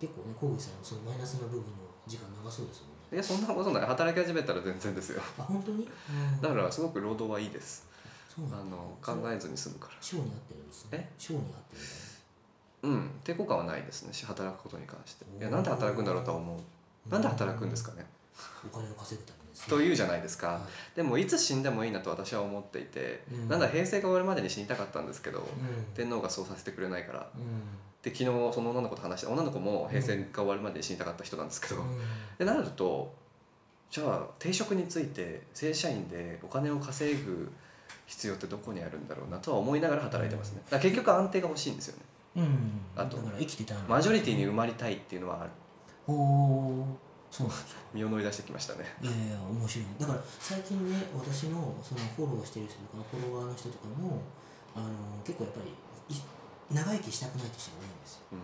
結構ね小口さんのそのマイナスな部分の時間長そうですもんねいやそんなことない働き始めたら全然ですよあ本当にだかららすごく労働はいいですそうあなんだの考えずに済むから賞に合ってるんですね賞に合ってるんだねうん抵抗感はないですねし働くことに関していやなんで働くんだろうとは思うなんで働くんですかねお金を稼ぐためですねというじゃないですかはでもいつ死んでもいいなと私は思っていて、うんなんだ平成が終わるまでに死にたかったんですけど、いうん天皇がそうさせてくれないからうで昨日その女の子と話して女の子も平成が終わるまでに死にたかった人なんですけど、んうんでなるとじゃあ定職について正社員でお金を稼ぐ必要ってどこにあるんだろうなとは思いながら働いてますねだから結局安定が欲しいんですよねうん、あとだから生きてたんだマジョリティに埋まりたいっていうのはあるおおそうなんですか身を乗り出してきましたねいやいや面白いだから最近ね私のそのフォローしてる人とかフォロワーの人とかもあの結構やっぱりい長生きしたくないって人が多いんですよう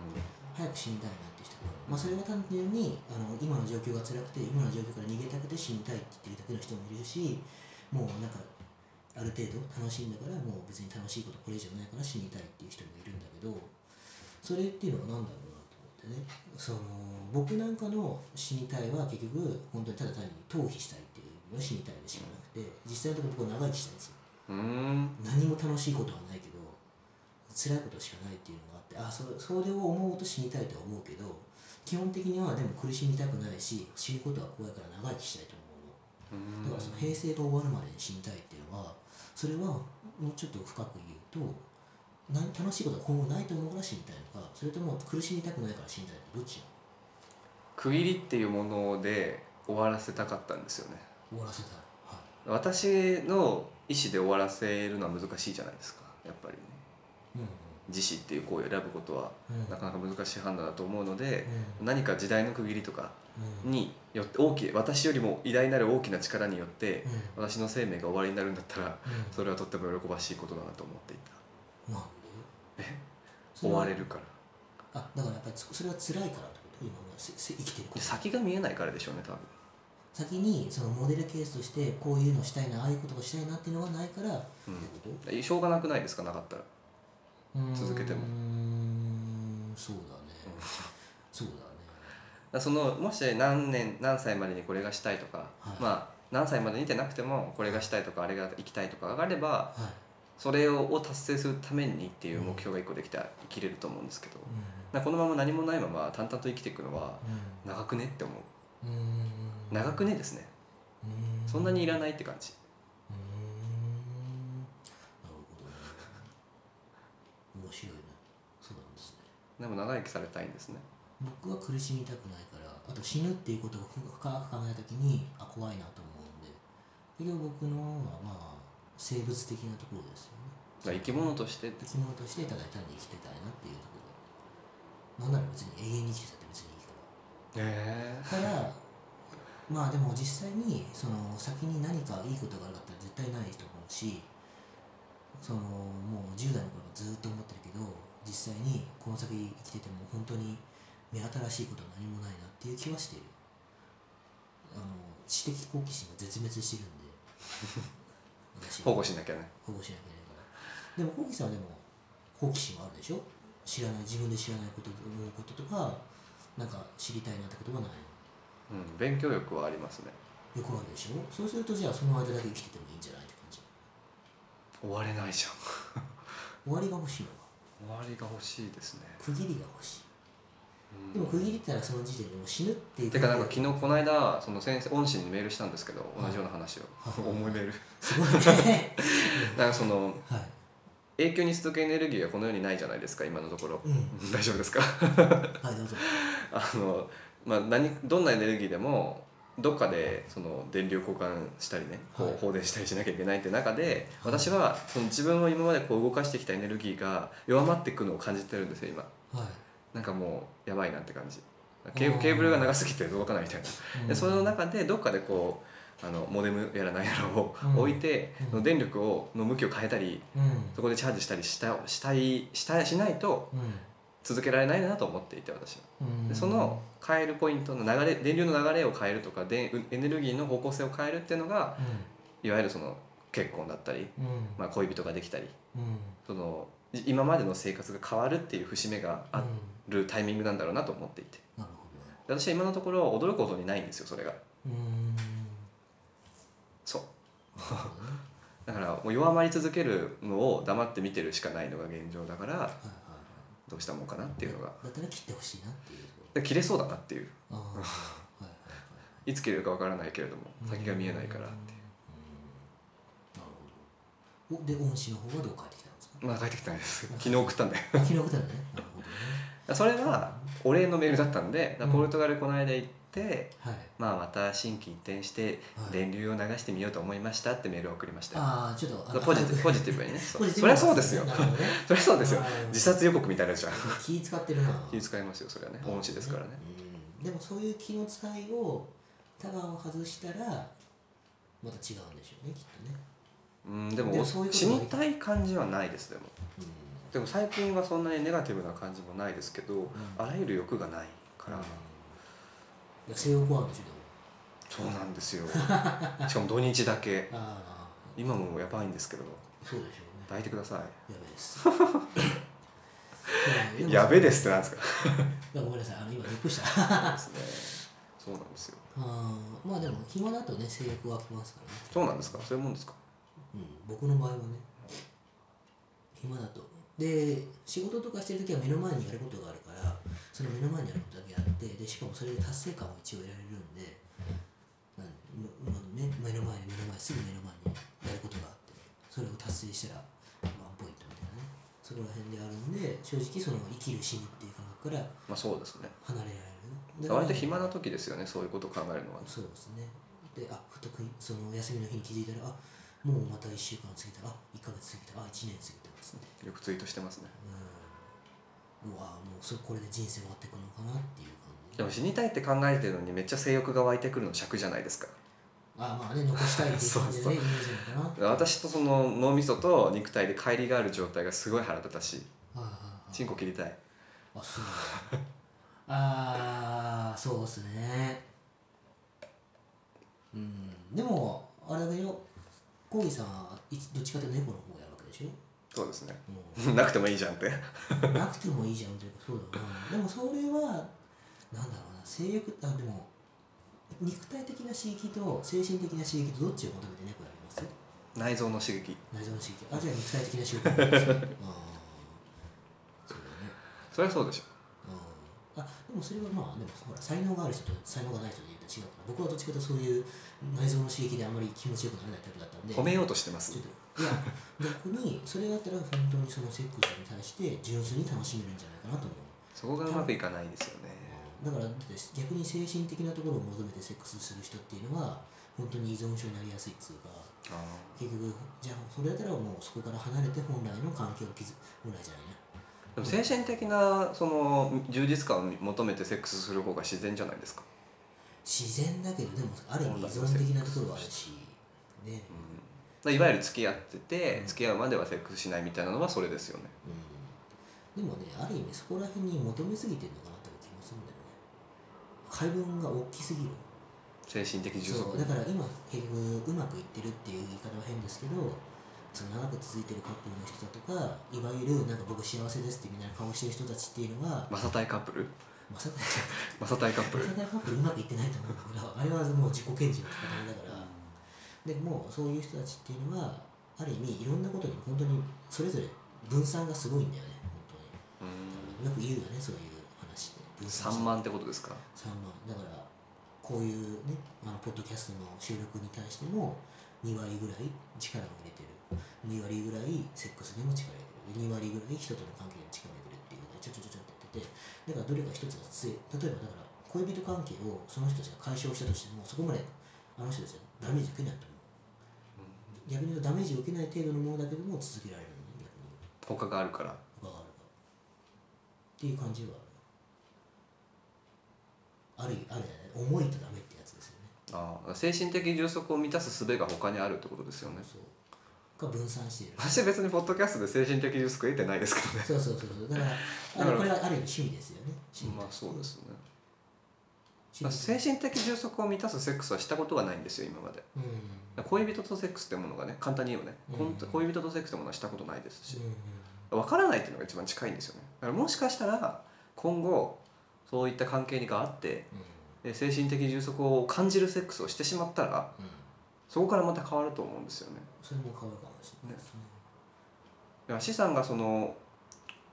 早く死にたいなって人が多い、まあ、それは単純にあの今の状況が辛くて今の状況から逃げたくて死にたいって言ってるだけの人もいるしもうなんかある程度楽しいんだからもう別に楽しいことこれ以上ないから死にたいっていう人もいるんだけどそれっていうのは何だろうなと思ってねその僕なんかの死にたいは結局本当にただ単に逃避したいっていうのが死にたいでしかなくて実際のところ僕は長生きしたいんですよんうん何も楽しいことはないけど辛いことしかないっていうのがあってあそそれを思うと死にたいとは思うけど基本的にはでも苦しみたくないし死ぬことは怖いから長生きしたいと思うのだからその平成が終わるまでに死にたいっていうのはそれはもうちょっと深く言うと何楽しいことは今後ないと思うから死にたいのかそれとも苦しみたくないから死にたいのかどっちなの区切りっていうもので終わらせたかったんですよね終わらせたいはい私の意思で終わらせるのは難しいじゃないですかやっぱりねうん自死っていう行為を選ぶことはうんなかなか難しい判断だと思うのでう何か時代の区切りとかんうんによって大きい私よりも偉大なる大きな力によってうん私の生命が終わりになるんだったらうんそれはとっても喜ばしいことだなと思っていたなんでそ終はわれるからあだからやっぱりそそれは辛いからってこと今はせせ生きてるこでと先が見えないからでしょうね多分先にそのモデルケースとしてこういうのしたいなああいうことがしたいなっていうのがないからってこえしょうがなくないですかなかったらと、うーん続けてもそうだね、うんそうだねだからそのもし何年何歳までにこれがしたいとか、はいまあ何歳までにじゃなくてもこれがしたいとかあれが行きたいとかがあればはい、それを達成するためにっていう目標が一個できたら生きれると思うんですけどだうからこのまま何もないまま淡々と生きていくのはん長くねって思ううんうん長くねですねうんそんなにいないらないって感じうーんなるほどね面白いなそうなんですねでも長生きされたいんですね僕は苦しみたくないからあと死ぬっていうことを深く考えた時にあ怖いなと思うんで結局僕のはまあ生物的なところですよねだから生き物としてって生き物としてただ単に生きてたいなっていうところなんなら別に永遠に生きてたって別にいいからたえだまあでも実際にその先に何かいいことがあるかって絶対ないと思うしそのもう10代の頃からずっと思ってるけど実際にこの先生きてても本当に目新しいことは何もないなっていう気はしているあの知的好奇心が絶滅してるんで私保護しなきゃね保護しなきゃいけないからでも好奇さんはでも好奇心はあるでしょ知らない自分で知らないこと思うこととかなんか知りたいなってことはないうん勉強欲はありますねよくあるでしょそうするとじゃあその間だけ生きててもいいんじゃないって感じ終われないじゃん終わりが欲しいのか終わりが欲しいですね、区切りが欲しいでうんも区切りって言ったらその時点でもう死ぬっていうてかなんか昨日この間その先生恩師にメールしたんですけど同じような話をはい重いメールすごいね なんかその はい永久に続くエネルギーはこの世にないじゃないですか今のところうん 大丈夫ですかはいどうぞあの、まあ、何どんなエネルギーでもどっかでその電流交換したりねこはいう放電したりしなきゃいけないって中で私はその自分を今までこう動かしてきたエネルギーが弱まっていくのを感じてるんですよ今はいなんかもうやばいなって感じケーあーケーブルが長すぎて動かないみたいなうでんその中でどっかでこうあのモデムやら何やらをうん置いて、うんその電力をの向きを変えたりうんうんそこでチャージしたりしたしたいしたしないと続けられないなと思っていて私はうんでその変えるポイントの流れ電流の流れを変えるとかでうエネルギーの方向性を変えるっていうのがいわゆるその結婚だったり、うんうんまあ、恋人ができたりうんそのい今までの生活が変わるっていう節目があうんるタイミングなんだろうなと思っていてなるほで私は今のところ驚くことにないんですよそれがどうーんそう なるほどねだからもう弱まり続けるのを黙って見てるしかないのが現状だからはいはいはいどうしたもんかなっていうのがだったら切ってほしいなっていうとこで切れそうだなっていうろああはいはいはいいつ切れるかわからないけれども 先が見えないからってうんなるほどおで恩師の方はどう帰ってきたんですかまあ帰ってきたんです 昨日送ったんであ昨日ことだねなるほどねそれはお礼のメールだったんでだからうんポルトガルこの間行って、はい、まあ、また心機一転してはい、電流を流してみようと思いましたってメールを送りましたよああちょっとあのポジティブポジテ ィブにねそうそりゃそうですよなるほどねそりゃそうですよあー自殺予告みたいなのじゃん気使ってるな気遣いますよそれはね恩師ですからねうんでもそういう気の使いをタワーを外したらまた違うんでしょうねきっとね、うんでもでもそういうこと死にたい感じはないですでもうんでも最近はそんなにネガティブな感じもないですけど、あらゆる欲がないから、うんいや西洋公安でしょでもそうなんで すよしかも土日だけああ今もやばいんですけどそうでしょうね抱いてくださやべえ です。いやべえでですってなんですかす。ごめんなさい、あの今、びっくりした。 そうですねそうなんですようんまあでも、暇だとね、制約はきますからね。そうなんですかそういうもんですかうん、僕の場合はね、暇だと。で、仕事とかしてるときは目の前にやることがあるから、その目の前にやることだけやって、でしかもそれで達成感も一応得られるんで、なんむむね、目の前に目の前、すぐ目の前にやることがあって、それを達成したらワンポイントみたいなね、そこら辺であるんで、正直、その生きる死ぬっていう感覚から、まあそうですね離れられるね割と暇な時ですよねそういうことを考えるのはそうですねであ不得意その休みの日に気づいたらあもうまた1週間過ぎたあ1ヶ月過ぎたあ1年過ぎたですねよくツイートしてますねうんもうあもうそこれで人生終わってくのかなっていう感じでも死にたいって考えてるのにめっちゃ性欲が湧いてくるの尺じゃないですかあまあね残したいっていう感じでねイメージなのかな私とその脳みそと肉体で乖離がある状態がすごい腹立たしいはいはいチはいンコ切りたいあそうなんだあーそうっすねうんでもあれだよコーギーさんはいどっちかというと猫の方をやるわけでしょそうですねもう なくてもいいじゃんってなくてもいいじゃんというかそうだよなでもそれはなんだろうな性欲あでも肉体的な刺激と精神的な刺激とどっちを求めて猫やります内臓の刺激内臓の刺激あじゃあ肉体的な刺激なんですねあーそうだねそれはそうでしょうんあでもそれはまあでもほら才能がある人と才能がない人で言うと違うから僕はどっちかというとそういう内臓の刺激であんまり気持ちよくなれないタイプだったんで褒めようとしてまちすょっといや逆にそれだったら本当にそのセックスに対して純粋に楽しめるんじゃないかなと思うそこがうまくいかないですよねだからだって逆に精神的なところを求めてセックスする人っていうのは本当に依存症になりやすいっていうかあ結局じゃあそれだったらもうそこから離れて本来の関係を築本来じゃないねーでも精神的なその充実感を求めてセックスする方が自然じゃないですか、自然だけどでもある意味依存的なところはあるしねうん、だからいわゆる付き合ってて、うん付き合うまではセックスしないみたいなのはそれですよねうんでもねある意味そこら辺に求めすぎてるのかなって気もするんだよね配分が大きすぎる精神的充そ足うだから今結局うまくいってるっていう言い方は変ですけどその長く続いてるカップルの人だとかいわゆるなんか僕幸せですってみたいな顔してる人たちっていうのはマサタイカップルまさかマサタイカップまルさかカップルうまくいってないと思うんだけどあれはもう自己顕示の仕方だからでもうそういう人たちっていうのはある意味いろんなことに本当にそれぞれ分散がすごいんだよね本当によく言うよねそういう話で分散して3万ってことですか3万だからこういうねあのポッドキャストの収録に対しても2割ぐらい力を入れてる2割ぐらいセックスにも力を入れてる2割ぐらい人との関係にも力を入れてるっていうのがちょちょちょちょってやっててだからどれか一つが強い例えばだから恋人関係をその人たちが解消したとしてもそこまであの人たちはダメージ受けないと思う逆に言うとダメージを受けない程度のものだけども続けられるのね逆に言うと他があるから他があるかっていう感じはあるあるあるよね重いとダメってやつですよねあー精神的充足を満たす術が他にあるってことですよねそうが分散している私別にポッドキャストで精神的充足得てないですけどねそうそうそうそうだからあだのからこれはある意味趣味ですよね趣味まあそうですね趣まあ味精神的充足を満たすセックスはしたことがないんですよ今までうん恋人とセックスってものがね簡単に言えばね、うんほんと恋人とセックスってものはしたことないですしうん分からないっていうのが一番近いんですよねだからもしかしたら今後そういった関係にがあってで精神的充足を感じるセックスをしてしまったらうん、そこからまた変わると思うんですよね。それも変わるかもしれないですねだから資産がその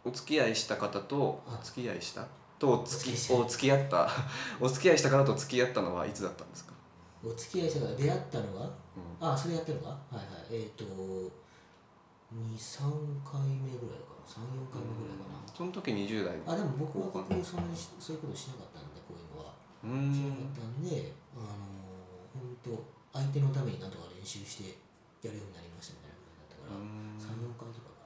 お付き合いした方とあお付き合いしたとお付お付き合いしきたお付き合った お付き合いした方と付き合ったのはいつだったんですか、お付き合いしたから出会ったのがうんあそれやったのかはいはいえっ、と23回目ぐらいかな34回目ぐらいかな、その時20代あでも僕はここそんなにしそういうことしなかったんでこういうのはうーしなかんったんであの本当相手のためになんとか練習してやるようになりましたみたいなうー感んじだった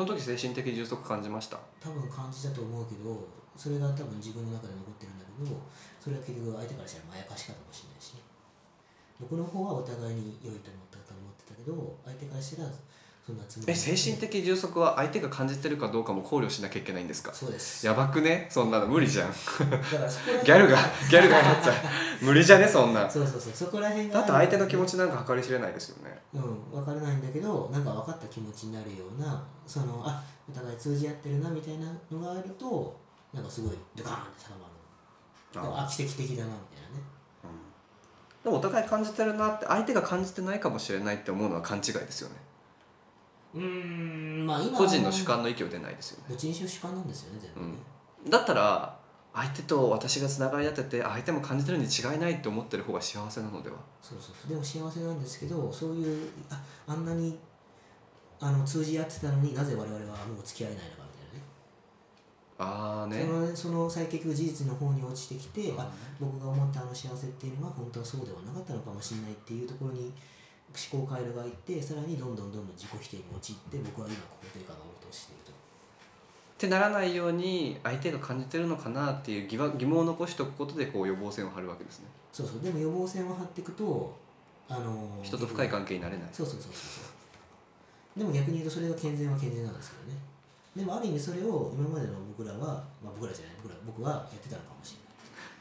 から34回とかかなその時精神的充足感じました多分感じたと思うけどそれが多分自分の中で残ってるんだけどそれは結局相手からしたらまやかしかもしれないしね僕の方はお互いに良いと思ったと思ってたけど相手からしたらそんなつもりえ精神的充足は相手が感じてるかどうかも考慮しなきゃいけないんですかそうですやばくねそんなの無理じゃんだからそこら辺ギャルが ギャルがなっちゃう無理じゃねそんなそうそうそうそこら辺がだって相手の気持ちちなんか計り知れないですよねうん分からないんだけどなんか分かった気持ちになるようなそのあお互い通じ合ってるなみたいなのがあるとなんかすごいドカーンって定まるなんかあ奇跡的だなみたいなねでもお互い感じてるなって相手が感じてないかもしれないって思うのは勘違いですよねうーんまあ今は個人の主観の意見を出ないですよねどっちにしろ主観なんですよね全部ね、だったら相手と私がつながり合ってて相手も感じてるに違いないって思ってる方が幸せなのではそうそうそうでも幸せなんですけどそういうああんなにあの通じ合ってたのになぜ我々はもう付き合えないのかみたいなねああねそのその最結局事実の方に落ちてきてああ僕が思ったあの幸せっていうのは本当はそうではなかったのかもしれないっていうところに思考回路がいってさらにどんどんどんどん自己否定に陥って僕は今肯定感が落としているとってならないように相手が感じてるのかなっていう疑わ疑問を残しておくことでこう予防線を張るわけですねそうそうでも予防線を張っていくとあの人と深い関係になれないそうそうそうそうそうでも逆に言うとそれが健全は健全なんですけどねでもある意味それを今までの僕らは、まあ、僕らじゃない僕ら僕はやってたのかもし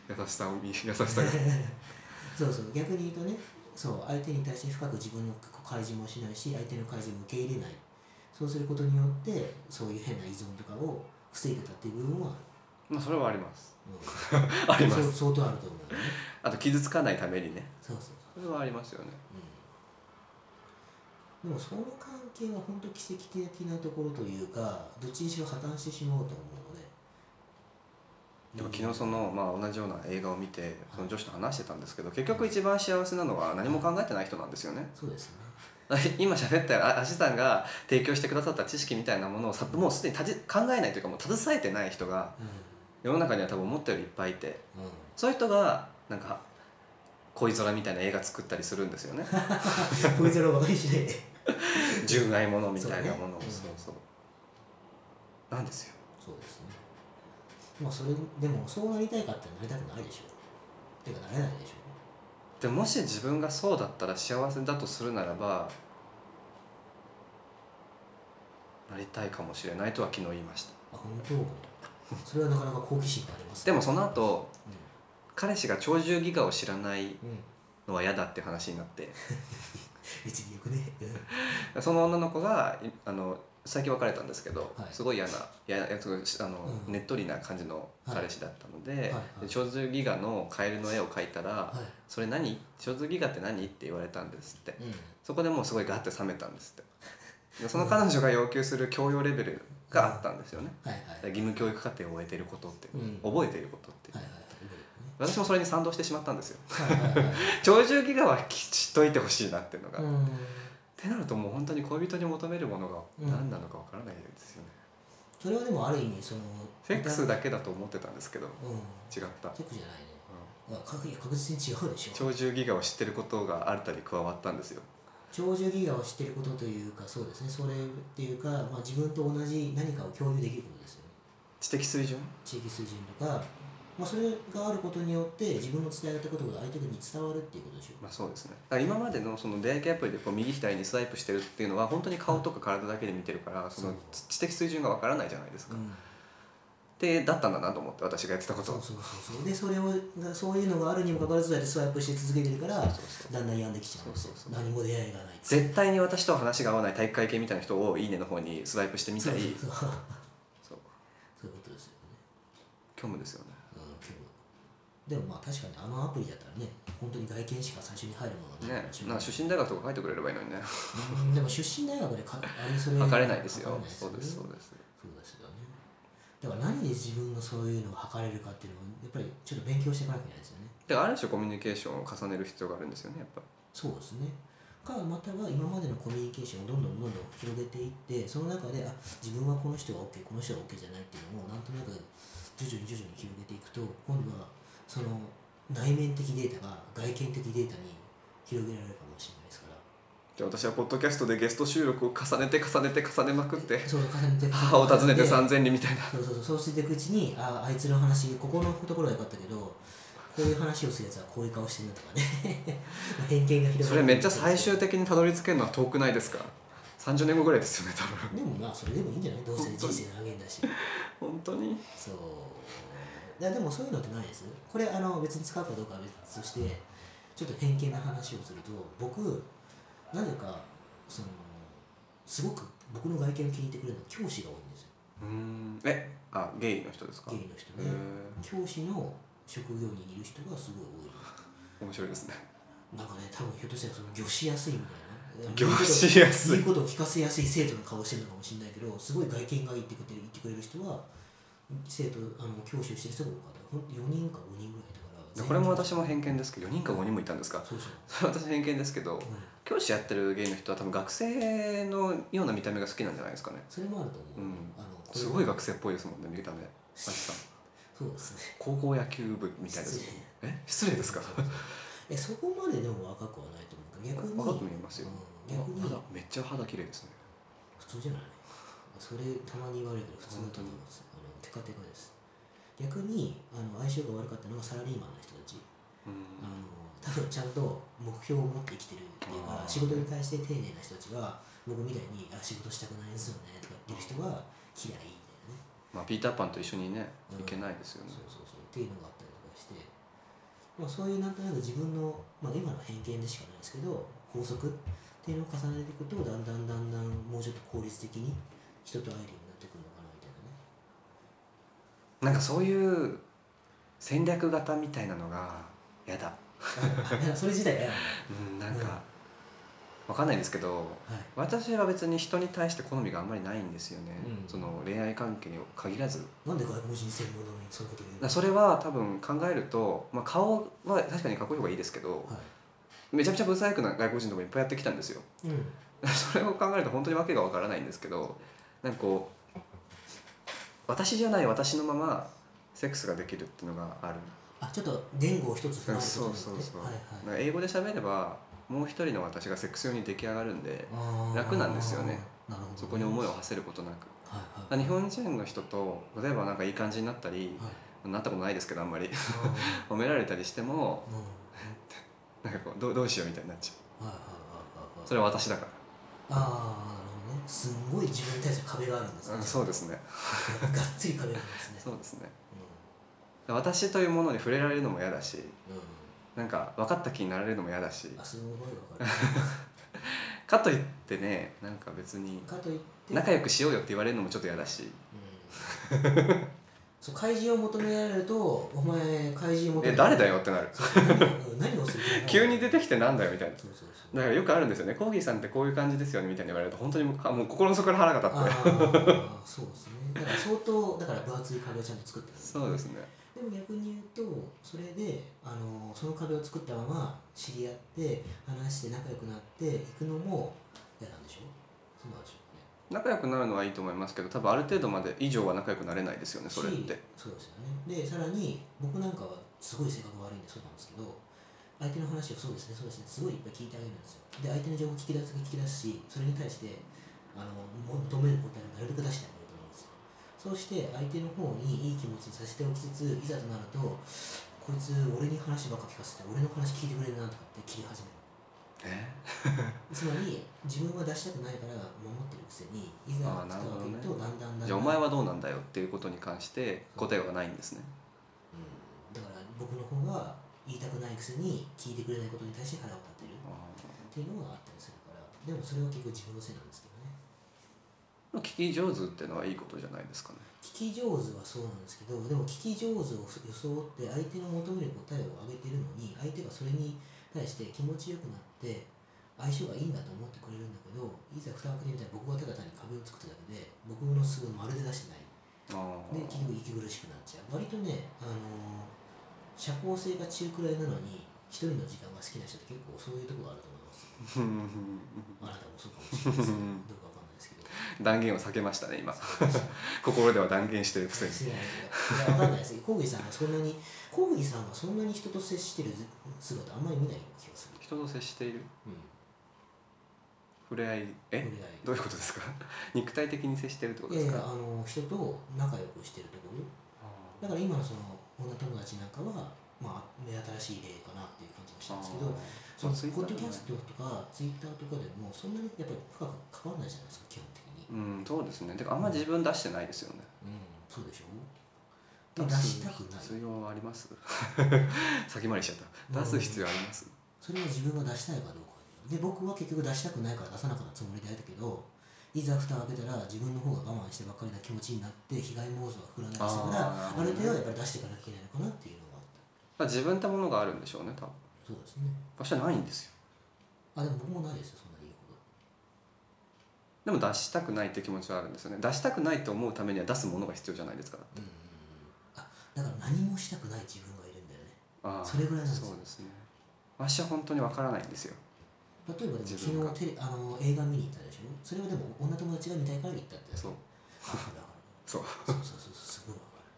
れない優しさを見優しさがそうそう逆に言うとねそう相手に対して深く自分の開示もしないし相手の開示も受け入れないそうすることによってそういう変な依存とかを防いでたっていう部分はまあそれはありますある、あうりん、まそうす相当あると思うよねあと傷つかないためにねそうそうそれはありますよねでもその関係は本当奇跡的なところというかどっちにしろ破綻してしまうと思うのででも昨日その、まあ、同じような映画を見てその女子と話してたんですけど結局一番幸せなのは何も考えてない人なんですよね そうですね今喋ったあアシさんが提供してくださった知識みたいなものをさもうすでにたじ考えないというかもう携えてない人がう世の中には多分思ったよりいっぱいいてん、うん、そういう人がなんか恋空みたいな映画作ったりするんですよ ねこいつら若いしね純愛ものみたいなものをそうねそうそうなんですよそうですねまあそれでもそうなりたいかってなりたくないでしょてかなれないでしょでもし自分がそうだったら幸せだとするならばなりたいかもしれないとは昨日言いましたあ本当それはなかなか好奇心がありますでねもその後彼氏が鳥獣戯画を知らないうん、うん、のは嫌だって話になって別によくねうんその女の子がいあの最近別れたんですけど、はいすごい嫌なややすごいあの、うんねっとりな感じの彼氏だったので、いはいで鳥獣戯画のカエルの絵を描いたら「はそれ何鳥獣戯画って何?」って言われたんですってい、うん、そこでもうすごいガッて冷めたんですってでその彼女が要求する教養レベルがあったんですよねはいだかはいら義務教育課程を終えていることって、うん覚えていることって、はい私もそれに賛同してしまったんですよはいはいはいはい鳥獣戯画はき知っといてほしいなっていうのが、うっんてなるともう本当に恋人に求めるものがうん何なのかわからないですよね、それはでもある意味そのセックスだだけだと思ってたんですけどうん違った、うんセックスじゃないねあ確いや確実に違うでしょ鳥獣戯画を知ってることが新たに加わったんですよ長寿ギガを知ってることというかそうですねそれっていうか、まあ、自分と同じ何かを共有できることですよね知的水準地域水準とか、まあ、それがあることによって自分の伝えたことが相手に伝わるっていうことでしょまあそうですねだから今までのその出会い系アプリでこう右左にスワイプしてるっていうのは本当に顔とか体だけで見てるからその知知的水準がわからないじゃないですか、ん、でだったんだなと思って私がやってたことそうをそうそうそうでそれをがそういうのがあるにもかかわらずだってスワイプして続けてるからだんだん病んできちゃうんですよそうそう何も出会いがないって絶対に私とは話が合わない体育会系みたいな人を「いいね」の方にスワイプしてみたそうりそうそうそうそういうことです虚無ですよねうん虚無でもまあ確かにあのアプリだったらね本当に外見しか最初に入るものがないかねもしれななんいか出身大学とか書いてくれればいいのにねうんでも出身大学でかあれそれ測れないです測よれないそようねですそうですそうですよねだから何で自分のそういうのを測れるかっていうのをやっぱりちょっと勉強していかなきゃいけないですよねだからある種コミュニケーションを重ねる必要があるんですよねやっぱそうですねかまたは今までのコミュニケーションをどんどんどんどん広げていってその中であ自分はこの人は OK この人は OK じゃないっていうのをなんとなく徐々に徐々に広げていくと今度はその内面的データが外見的データに広げられるかもしれないですからじゃあ私はポッドキャストでゲスト収録を重ねて重ねて重ねまくってそう重ねて母を訪ねてそう3000人みたいなそうそうそうしていくうちにああいつの話ここのところは良かったけどこういう話をするやつはこういう顔してるなとかね まあ偏見が広がるそれめっちゃ最終的にたどり着けるのは遠くないですか30年後ぐらいですよね多分でもまあそれでもいいんじゃないどうせ人生の励んだし本当にそういやでもそういうのってないですこれあの別に使うかどうかは別としてちょっと偏見な話をすると僕なぜかそのすごく僕の外見を聞いてくれるのは教師が多いんですようーんえあゲイの人ですかゲイへの人えね教師の職業にいる人がすごい面白いですね多いなんかね多分ひょっとしたらその魚しやすいみたいな業しやす言いうことを聞かせやすい生徒の顔してるのかもしれないけどすごい外見がいいって言って言ってくれる人は生徒あの教師をしてる人が多かったほん4人か5人ぐらいだからこれも私もも偏見ですけど4人か5人もいたんですかそうそう、それ私偏見ですけどうん教師やってるゲイの人は多分学生のような見た目が好きなんじゃないですかねそれもあると思う、うんあのこれすごい学生っぽいですもんね見た目あちさんそうですね高校野球部みたいです失え失礼ですかえそこまででも若くはないと思うけど逆に若く見えますようん逆にあ肌 めっちゃ肌綺麗ですね普通じゃないそれたまに言われるけど普通だと思いますあのテカテカです逆にあの相性が悪かったのがサラリーマンの人たち、うんあの多分ちゃんと目標を持って生きてるっていうかあー仕事に対して丁寧な人たちが僕みたいにあ仕事したくないですよねとか言ってる人は嫌いみたいなねまあピーターパンと一緒にねうんいけないですよねそうそうそうっていうのがあったりとかして、まあ、そういうなんとなく自分の、まあ、今の偏見でしかないですけど法則っていうのを重ねていくとだんだんだんだんもうちょっと効率的に人と会えるようになってくるのかなみたいなねなんかそういう戦略型みたいなのがやだあ あいやそれ自体が嫌なうんなんかわかんないですけどのはい私は別に人に対して好みがあんまりないんですよね、うんその恋愛関係に限らずなんで外国人専門なのにそういうこと言うだのそれは多分考えると、まあ、顔は確かにかっこいい方がいいですけどはめちゃめちゃブサイクな外国人とかいっぱいやってきたんですよい、うん、それを考えると本当に訳がわからないんですけどなんかこう私じゃない私のままセックスができるっていうのがあるあちょっと言語を一つそうるそことうによそっうてはいはいなんか英語で喋ればもう一人の私がセックス用に出来上がるんであー楽なんですよねなるほど、そこに思いを馳せることなくはいはい日本人の人と例えばなんかいい感じになったり はいなったことないですけどあんまりあ褒められたりしてもーうんなんかこうどうどうしようみたいになっちゃはいはいはいはいはいうそれは私だかああなるほどねすんごい自分に対する壁があるんですら、ねうんそうですねがっつり壁があるんですねそうですね私というものに触れられるのも嫌だしうん、うん、なんか分かった気になられるのも嫌だしあすごいわかかといってねなんか別にるかといって仲良くしようよって言われるのもちょっと嫌だしうんそう開示を求められるとお前開示を求めえ誰だよってなるそうそう何を何をする気なの 急に出てきてなんだよみたいなそうそうそうだからよくあるんですよねコーギーさんってこういう感じですよねみたいに言われると本当にもうあもう心の底から腹が立ってあーそうですねだから相当だから分厚い壁をちゃんと作ってるんですそうですねでも逆に言うとそれであのその壁を作ったまま知り合って話して仲良くなっていくのも嫌なんでしょそうなんでしょうね仲良くなるのはいいと思いますけど多分ある程度まで以上は仲良くなれないですよねそれっしてそうですよねでさらに僕なんかはすごい性格悪いんでそうなんですけど相手の話をそうですねそうですねすごいいっぱい聞いてあげるんですよで相手の情報を聞き出す聞き出すしそれに対してあの求める答えをなるべく出してあげると思うんですよそうして相手の方にいい気持ちにさせておきつついざとなるとこいつ俺に話ばっか聞かせて俺の話聞いてくれるなとかって切り始めるえつまり自分は出したくないから守ってるくせにいざあ来ーなたるほわどけねるとだんだんだんだんじゃあお前はどうなんだよっていうことに関して答えがないんですねうんだから僕の方が言いたくないくせに聞いてくれないことに対して腹を立てるあっていうのがあったりするからでもそれは結構自分のせいなんですけどねまあ聞き上手ってのはいいことじゃないですかね聞き上手はそうなんですけどでも聞き上手を装って相手の求める答えを上げてるのに相手がそれに対して気持ちよくなって相性がいいんだと思ってくれるんだけどいざ蓋を開けてみたら僕がただ単に壁を作っただけで僕のすぐまるで出してないああで結局息苦しくなっちゃう割とね、あのー社交性が中くらいなのに一人の時間が好きな人って結構そういうところがあると思いますあなたもそうかもしれないですけどどうかわかんないですけど 断言を避けましたね今心では断言してるくせにいやわかんないですコーギーさんはそんなにコーギーさんはそんなに人と接してる姿あんまり見ない気がする、人と接しているうん、触れ合いえぐらいどういうことですか肉体的に接してるってこといでやいすやかあの人と仲良くしてるところだから今のその女友達なんかはまあ目新しい例かなっていう感じがしたんですけどそのポッドキャストとかツイッターとかでもそんなにやっぱり深く関わらないじゃないですか基本的にうんそうですねてかあんま自分出してないですよねうんそうでしょで出したくない必要あります先回りしちゃった出す必要ありますそれは自分が出したいかどうかで僕は結局出したくないから出さなかったつもりであったけどいざ蓋を開けたら自分の方が我慢してばっかりな気持ちになって被害妄想が膨らんだりするからああーる程度はやっぱり出していかなきゃいけないのかなっていうのがあったまあ自分ってものがあるんでしょうね多分そうですね場所ないんですよあでも僕もないですよそんなに言うほどでも出したくないって気持ちはあるんですよね出したくないと思うためには出すものが必要じゃないですかうんあだから何もしたくない自分がいるんだよねああそれぐらいなんですよそうですね私は本当にわからないんですよ例えばでも自分が昨日テレあの映画見に行ったでしょそれはでも女友達が見たいから行ったってそうあだからそうそうそうそうすごいわかる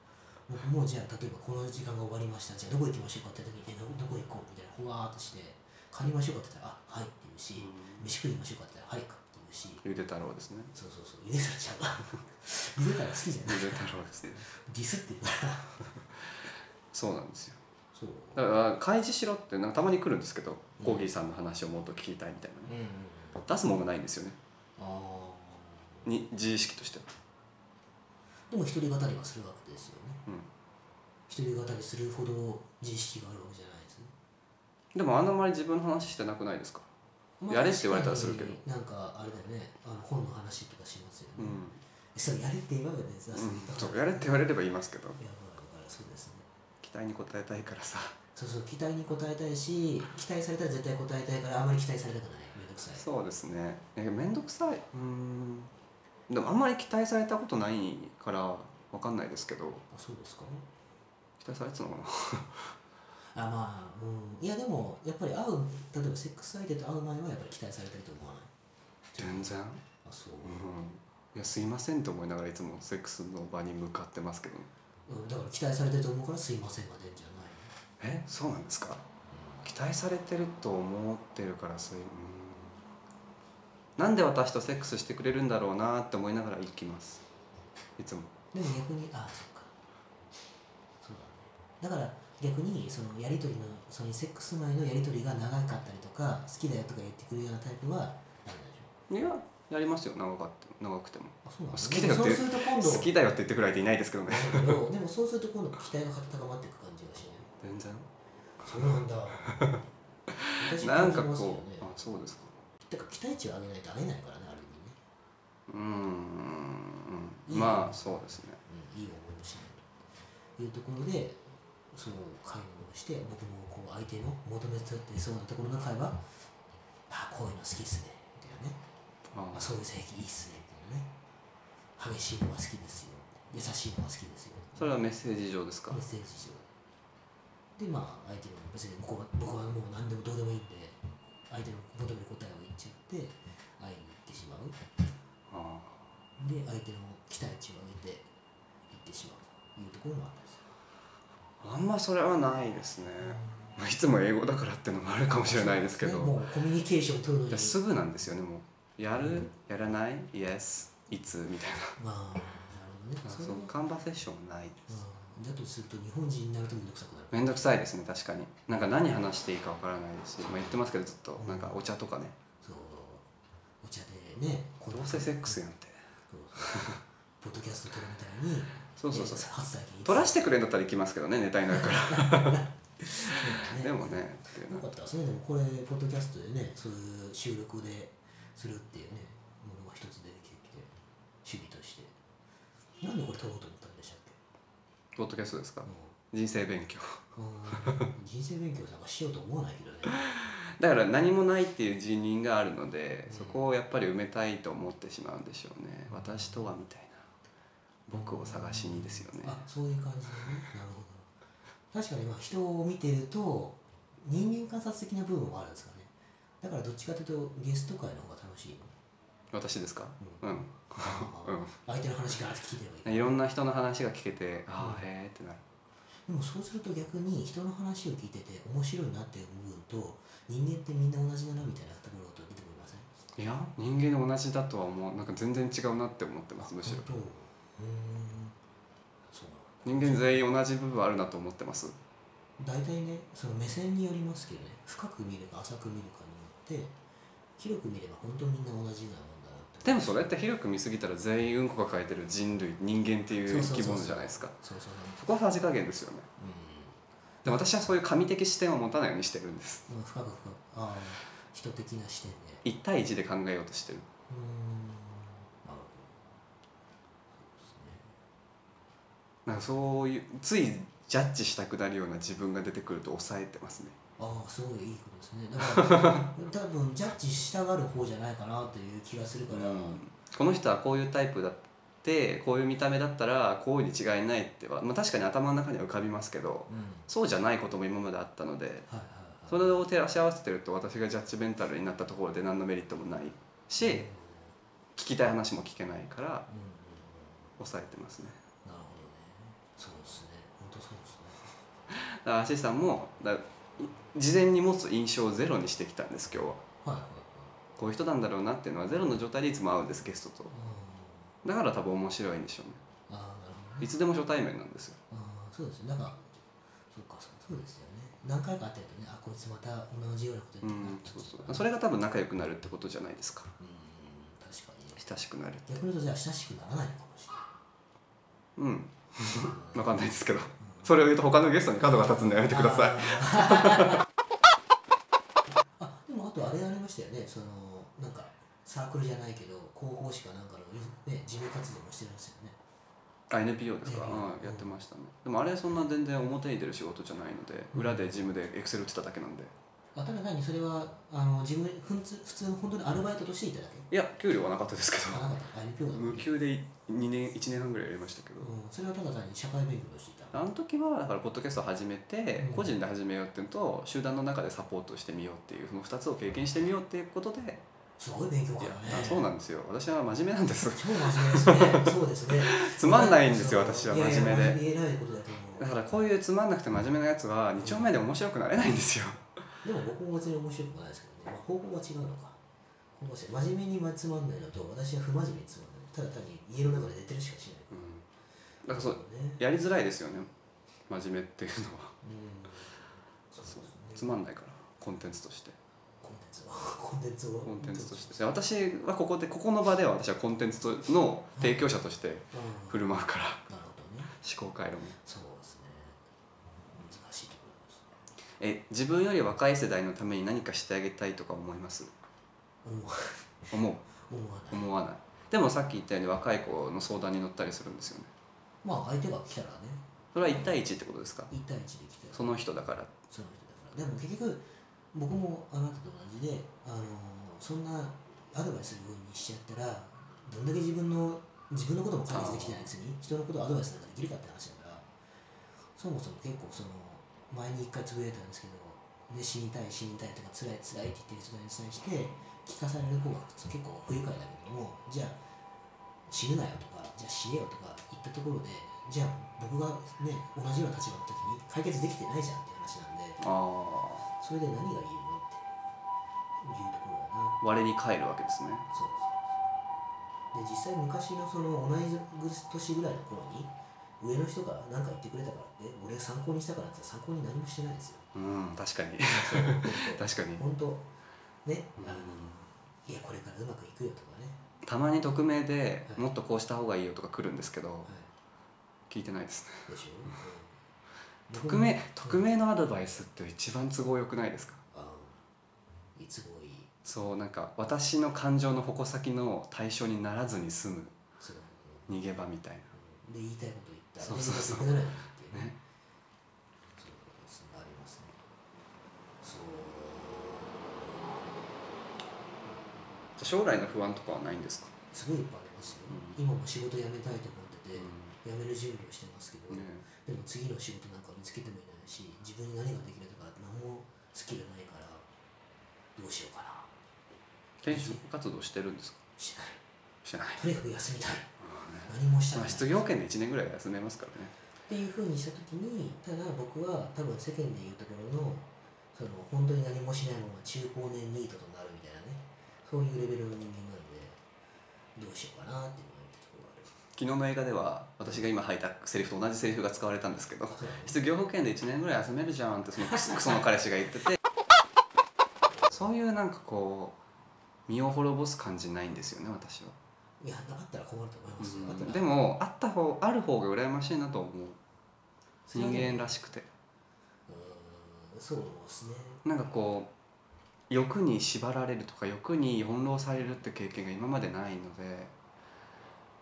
僕もうじゃあ例えばこの時間が終わりましたじゃあどこ行きましょうかって時にえどどこ行こうみたいなほわーっとして帰りましょうかって言ったらあはいって言うし飯食いましょうかって言ったらはいかって言うしゆで太郎ですねそうそうそうゆでたらちゃうわ ゆでたら好きじゃないゆで太郎ですねディスってるからそうなんですよそうだから開示しろってなんかたまに来るんですけうど、んコーギーさんの話をもっと聞きたいみたいなうんねうん出すものがないんですよねああに自意識としてはでも一人語りはするわけですよねうん一人語りするほど自意識があるわけじゃないですねでもあんまり自分の話してなくないですかやれって言われたらするけどなんかあれだよねあの本の話とかしますようね、ん、それやれって言われてさ、うん、そそううやれって言われれば言いますけどいやまあだからそうですね期待に応えたいからさそうそう期待に応えたいし期待されたら絶対応えたいからあまり期待されたくないめんどくさいそうですねえめんどくさいうんでもあんまり期待されたことないからわかんないですけどあそうですか期待されてたのかなあまあうんいやでもやっぱり会う例えばセックス相手と会う前はやっぱり期待されてると思わない全然あそう、うんいやすいませんと思いながらいつもセックスの場に向かってますけどうん、だから期待されてると思うから「すいません」が出るんじゃないえそうなんですか期待されてると思ってるからそういううんなんで私とセックスしてくれるんだろうなって思いながら行きますいつもでも逆にああそっかそうだねだから逆にそのやり取りのそのセックス前のやり取りが長かったりとか好きだよとか言ってくるようなタイプはなんでしょいややりますよ長かって長くてもあそうなん好きだよってでもそうすると今度好きだよって言ってくる相手いないですけど ねだけどでもそうすると今度期待が高まっていく感じがし ない全然そうなんだ私なん感かじますよこねうあそうですかだから期待値を上げないと会えないからねある意うーんいいまあそうですね味ね、うん、いい思いをしないというところでその会話をして僕もこう相手の求めてそうなところの会話あこういうの好きっすねみたいなねああそういう性癖いいっすねみたいなね激しいのが好きですよ優しいのが好きですよそれはメッセージ上ですかメッセージ上ででまあ相手の別に僕は僕はもう何でもどうでもいいんで相手の求める答えを言っちゃって会いに行ってしまうあで相手の期待値を上げて行ってしまうというところもあったりするあんまそれはないですねまあいつも英語だからってのもあるかもしれないですけどそうねもうコミュニケーション取るのいにやすぐなんですよねもうやるやらないイエスいつみたいまあなるほどなねそうれはカンバセッションはないですうんだとすると日本人になると面倒くさくなるめんどくさいですね確かになんか何話していいかわからないですし、まあ、言ってますけどずっとなんかお茶とかねそうお茶でねこどうせセックスやんってそうそうポッドキャスト撮るみたいにそうそうそうね初体験取らしててくれんだったら行きますけどねネタになるからねでも ねっていようのかはったですねでもこれポッドキャストでねそういう収録でするっていうねものが一つ出てきて趣味としてなんでこれ撮ろうと思ったんでしたっけポッドキャストですかう人生勉強んうん人生勉強なんかしようと思わないけどねだから何もないっていう辞任があるのでうんそこをやっぱり埋めたいと思ってしまうんでしょうね私とはみたいな僕を探しにですよねあそういう感じでねなるほど確かにまあ人を見てると人間観察的な部分もあるんですかねだからどっちかというとゲスト会の方が楽しい、私ですかうんうんうん相手の話ガーッと聞いてればいいいろんな人の話が聞けてああへえってなるでもそうすると逆に人の話を聞いてて面白いなって思う部分と人間ってみんな同じだなみたいなところと出てくりませんいや人間同じだとは思うなんか全然違うなって思ってますむしろ本当うーんそう人間全員同じ部分あるなと思ってます大体ねその目線によりますけどね深く見れば浅く見るかによって広く見れば本当みんな同じようなもんだなってでもそれって広く見すぎたら全員うんこ抱えてる人類人間っていうそうそう生きそうそう物じゃないですかそうそうそこはさじ加減ですよねうで私はそういう神的視点を持たないようにしてるんですん、うん、深く深くああ人的な視点で1対1で考えようとしてるうーんなるほどそうですねなんかそういうついジャッジしたくなるような自分が出てくると抑えてますねああすごいいいことですねだから 多分ジャッジしたがる方じゃないかなという気がするから、この人はこういうタイプだってこういう見た目だったらこういうに違いないっては、まあ、確かに頭の中には浮かびますけどうんそうじゃないことも今まであったのではいはいはいそれを照らし合わせてると私がジャッジメンタルになったところで何のメリットもないしうんうん聞きたい話も聞けないからうん抑えてますねうんなるほどねそうですね本当そうですねだからアシさんもだ事前に持つ印象をゼロにしてきたんです今日ははいはいこういう人なんだろうなっていうのはゼロの状態でいつも会うんですゲストとはだから多分面白いんでしょうねいうんああなるほどいねつでも初対面なんですよああそうですねなんかそうかそうそうですよね何回か会ってるとねあこいつまた同じようなことう言ってるなんってそうそうそれが多分仲良くなるってことじゃないですかうん確かにね親しくなる逆に言うとじゃあ親しくならないのかもしれないうん 分かんないですけどそれを言うと他のゲストに角が立つんでやめてください あーあでもあとあれありましたよねそのなんかサークルじゃないけど広報誌かなんかの、ね、事務活動もしてるんですよねあ NPO ですか、 NPO うん、やってましたねでもあれそんな全然表に出る仕事じゃないのでうん裏でジムでエクセル打ってただけなんであただ単にそれはあの事務普通普通の本当にアルバイトとしていただけいや給料はなかったですけあなかったあれど無給で2年1年半ぐらいやりましたけどうん、それはただ単に社会勉強としていたあの時はだからポッドキャストを始めてうん個人で始めようっていうのと集団の中でサポートしてみようっていうその2つを経験してみようっていうことでやすっごい勉強家だねたそうなんですよ私は真面目なんです超真面目ですねそうですねつまんないんですよ私は真面目でで言えないことだとだ思からこういうつまんなくて真面目なやつは2丁目で面白くなれないんですようでも僕も別に面白くないですけどね、まあ、方向が違うのか方向性真面目につまんないのと私は不真面目につまんないただ単に家の中で寝てるしかしないうんだからそうねやりづらいですよね真面目っていうのはうんそうですつねまんないからコンテンツとしてコンテンツを コンテンツをコンテンツとしてで私はここでここの場では私はコンテンツとの提供者としてうん振る舞うからなるほどね思考回路もそうですね難しいところですねえ自分より若い世代のために何かしてあげたいとか思います思わ思う思わない思わないでもさっき言ったように若い子の相談に乗ったりするんですよねまあ相手が来たらねそれは1対1ってことですか1対1で来たらその人だからその人だからでも結局僕もあなたと同じで、あのーそんなアドバイスするようにしちゃったらどんだけ自分の自分のことも解決できてないくせに人のことをアドバイスなんかできるかって話だからそもそも結構その前に一回つぶやいたんですけど、ね、死にたい死にたいとか辛い辛いって言ってる人に対して聞かされる方が結構不愉快だけどもじゃあ死ぬなよとかじゃあ死ねよとか言ったところでじゃあ僕がね同じような立場の時に解決できてないじゃんって話なんでああそれで何が言えるのっていうところだな我に返るわけですねそうそうそうで実際昔のその同じ年ぐらいの頃に上の人が何か言ってくれたからって俺が参考にしたからって参考に何もしてないですようん確かに そう確かに、本当ねうんあのいやこれからうまくいくよとかね、たまに匿名ではいもっとこうした方がいいよとか来るんですけどはい、聞いてないですねでしょ、うん匿名匿名のアドバイスって一番都合よくないですかあいつもいいそうなんか私の感情の矛先の対象にならずに済むその逃げ場みたいで言いたいこと言ったそうそうそうで言いたいこと言ったってないうねそうそうありますねそう将来の不安とかはないんですか、すごいいっぱいありますよ、う今も仕事辞めたいと思ってて、う辞める準備をしてますけど、んね、でも次の仕事なんか見つけてもいないし自分に何ができるとか何もスキルないからどうしようかな転職活動してるんですかしないしてない、とにかく休みたいう何んねもしたくなまあ、い失業権で1年ぐらい休めますからねっていうふうにした時にただ僕は多分世間でいうところのその本当に何もしないまま中高年ニートとなるみたいなねそういうレベルの人間なんでどうしようかなって思ってたところがある昨日の映画では私が今吐いたセリフと同じセリフが使われたんですけどそう失業保険で1年ぐらい休めるじゃんってそのクソクソの彼氏が言っててそういうなんかこう身を滅ぼす感じないんですよね私は、いやあったら困ると思いますよ、あったうんらでもあった方ある方が羨ましいなと思うそれ人はね間らしくてうーんそうですねなんかこう欲に縛られるとか欲に翻弄されるって経験が今までないので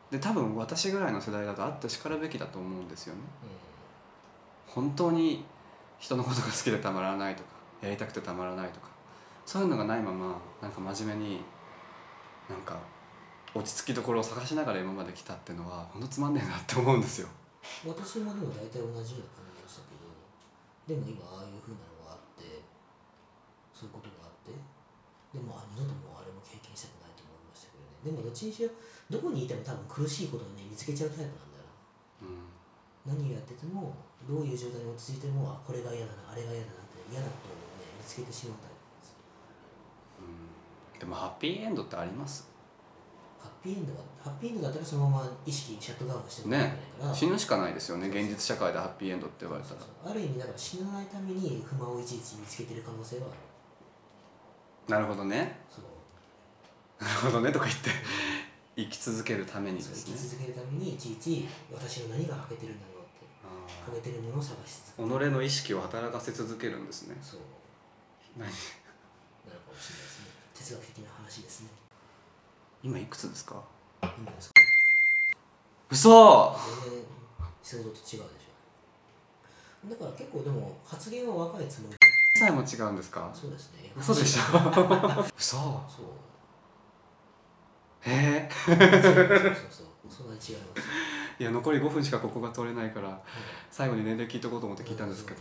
で多分私ぐらいの世代だとあってしかるべきだと思うんですよねう本当に人のことが好きでたまらないとかやりたくてたまらないとかそういうのがないままなんか真面目になんか落ち着きどころを探しながら今まで来たってのはほんとつまんねえなって思うんですよ。ん私もでも大体同じような感じでしたけどでも今ああいうふうなのがあってそういうことがあってでもあ二度ともうあれも経験したくないと思いましたけどねでもどっちにしろどこにいても多分苦しいことをね見つけちゃうタイプなんだよなうん、何をやっててもどういう状態に落ち着いてもあこれが嫌だなあれが嫌だなって嫌なことをね見つけてしまうタイプなんですようん、でもハッピーエンドってありますハッピーエンドがハッピーエンドだったらそのまま意識シャットダウンしてもらわなねいから、死ぬしかないですよね現実社会でハッピーエンドって言われたらある意味だから死なないために不満をいちいち見つけてる可能性はあるなるほどねそうなるほどねとか言って生き続けるためにでそうす生きね続けるためにいちいち私は何が欠けてるんだろうってあ欠けてるものを探しつつー己の意識を働かせ続けるんですねそう何なのかもしれないですね哲学的な話ですね今いくつですか今ですか嘘全然想像と違うでしょだから結構でも発言は若いつもりさえも違うんですかそうですね嘘でしょ 嘘そうへえそうそうそうそうそんなに違いますいや残り5分しかここが取れないから最後に年齢聞いとこうと思って聞いたんですけど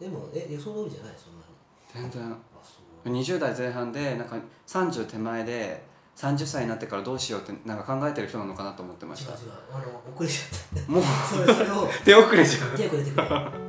でもえ予想通りじゃないそんなに全然あそう20代前半でなんか30手前で30歳になってからどうしようってなんか考えてる人なのかなと思ってま違しうた違うあの遅れちゃった もうそれそれを手遅れじゃん手をくれてくれ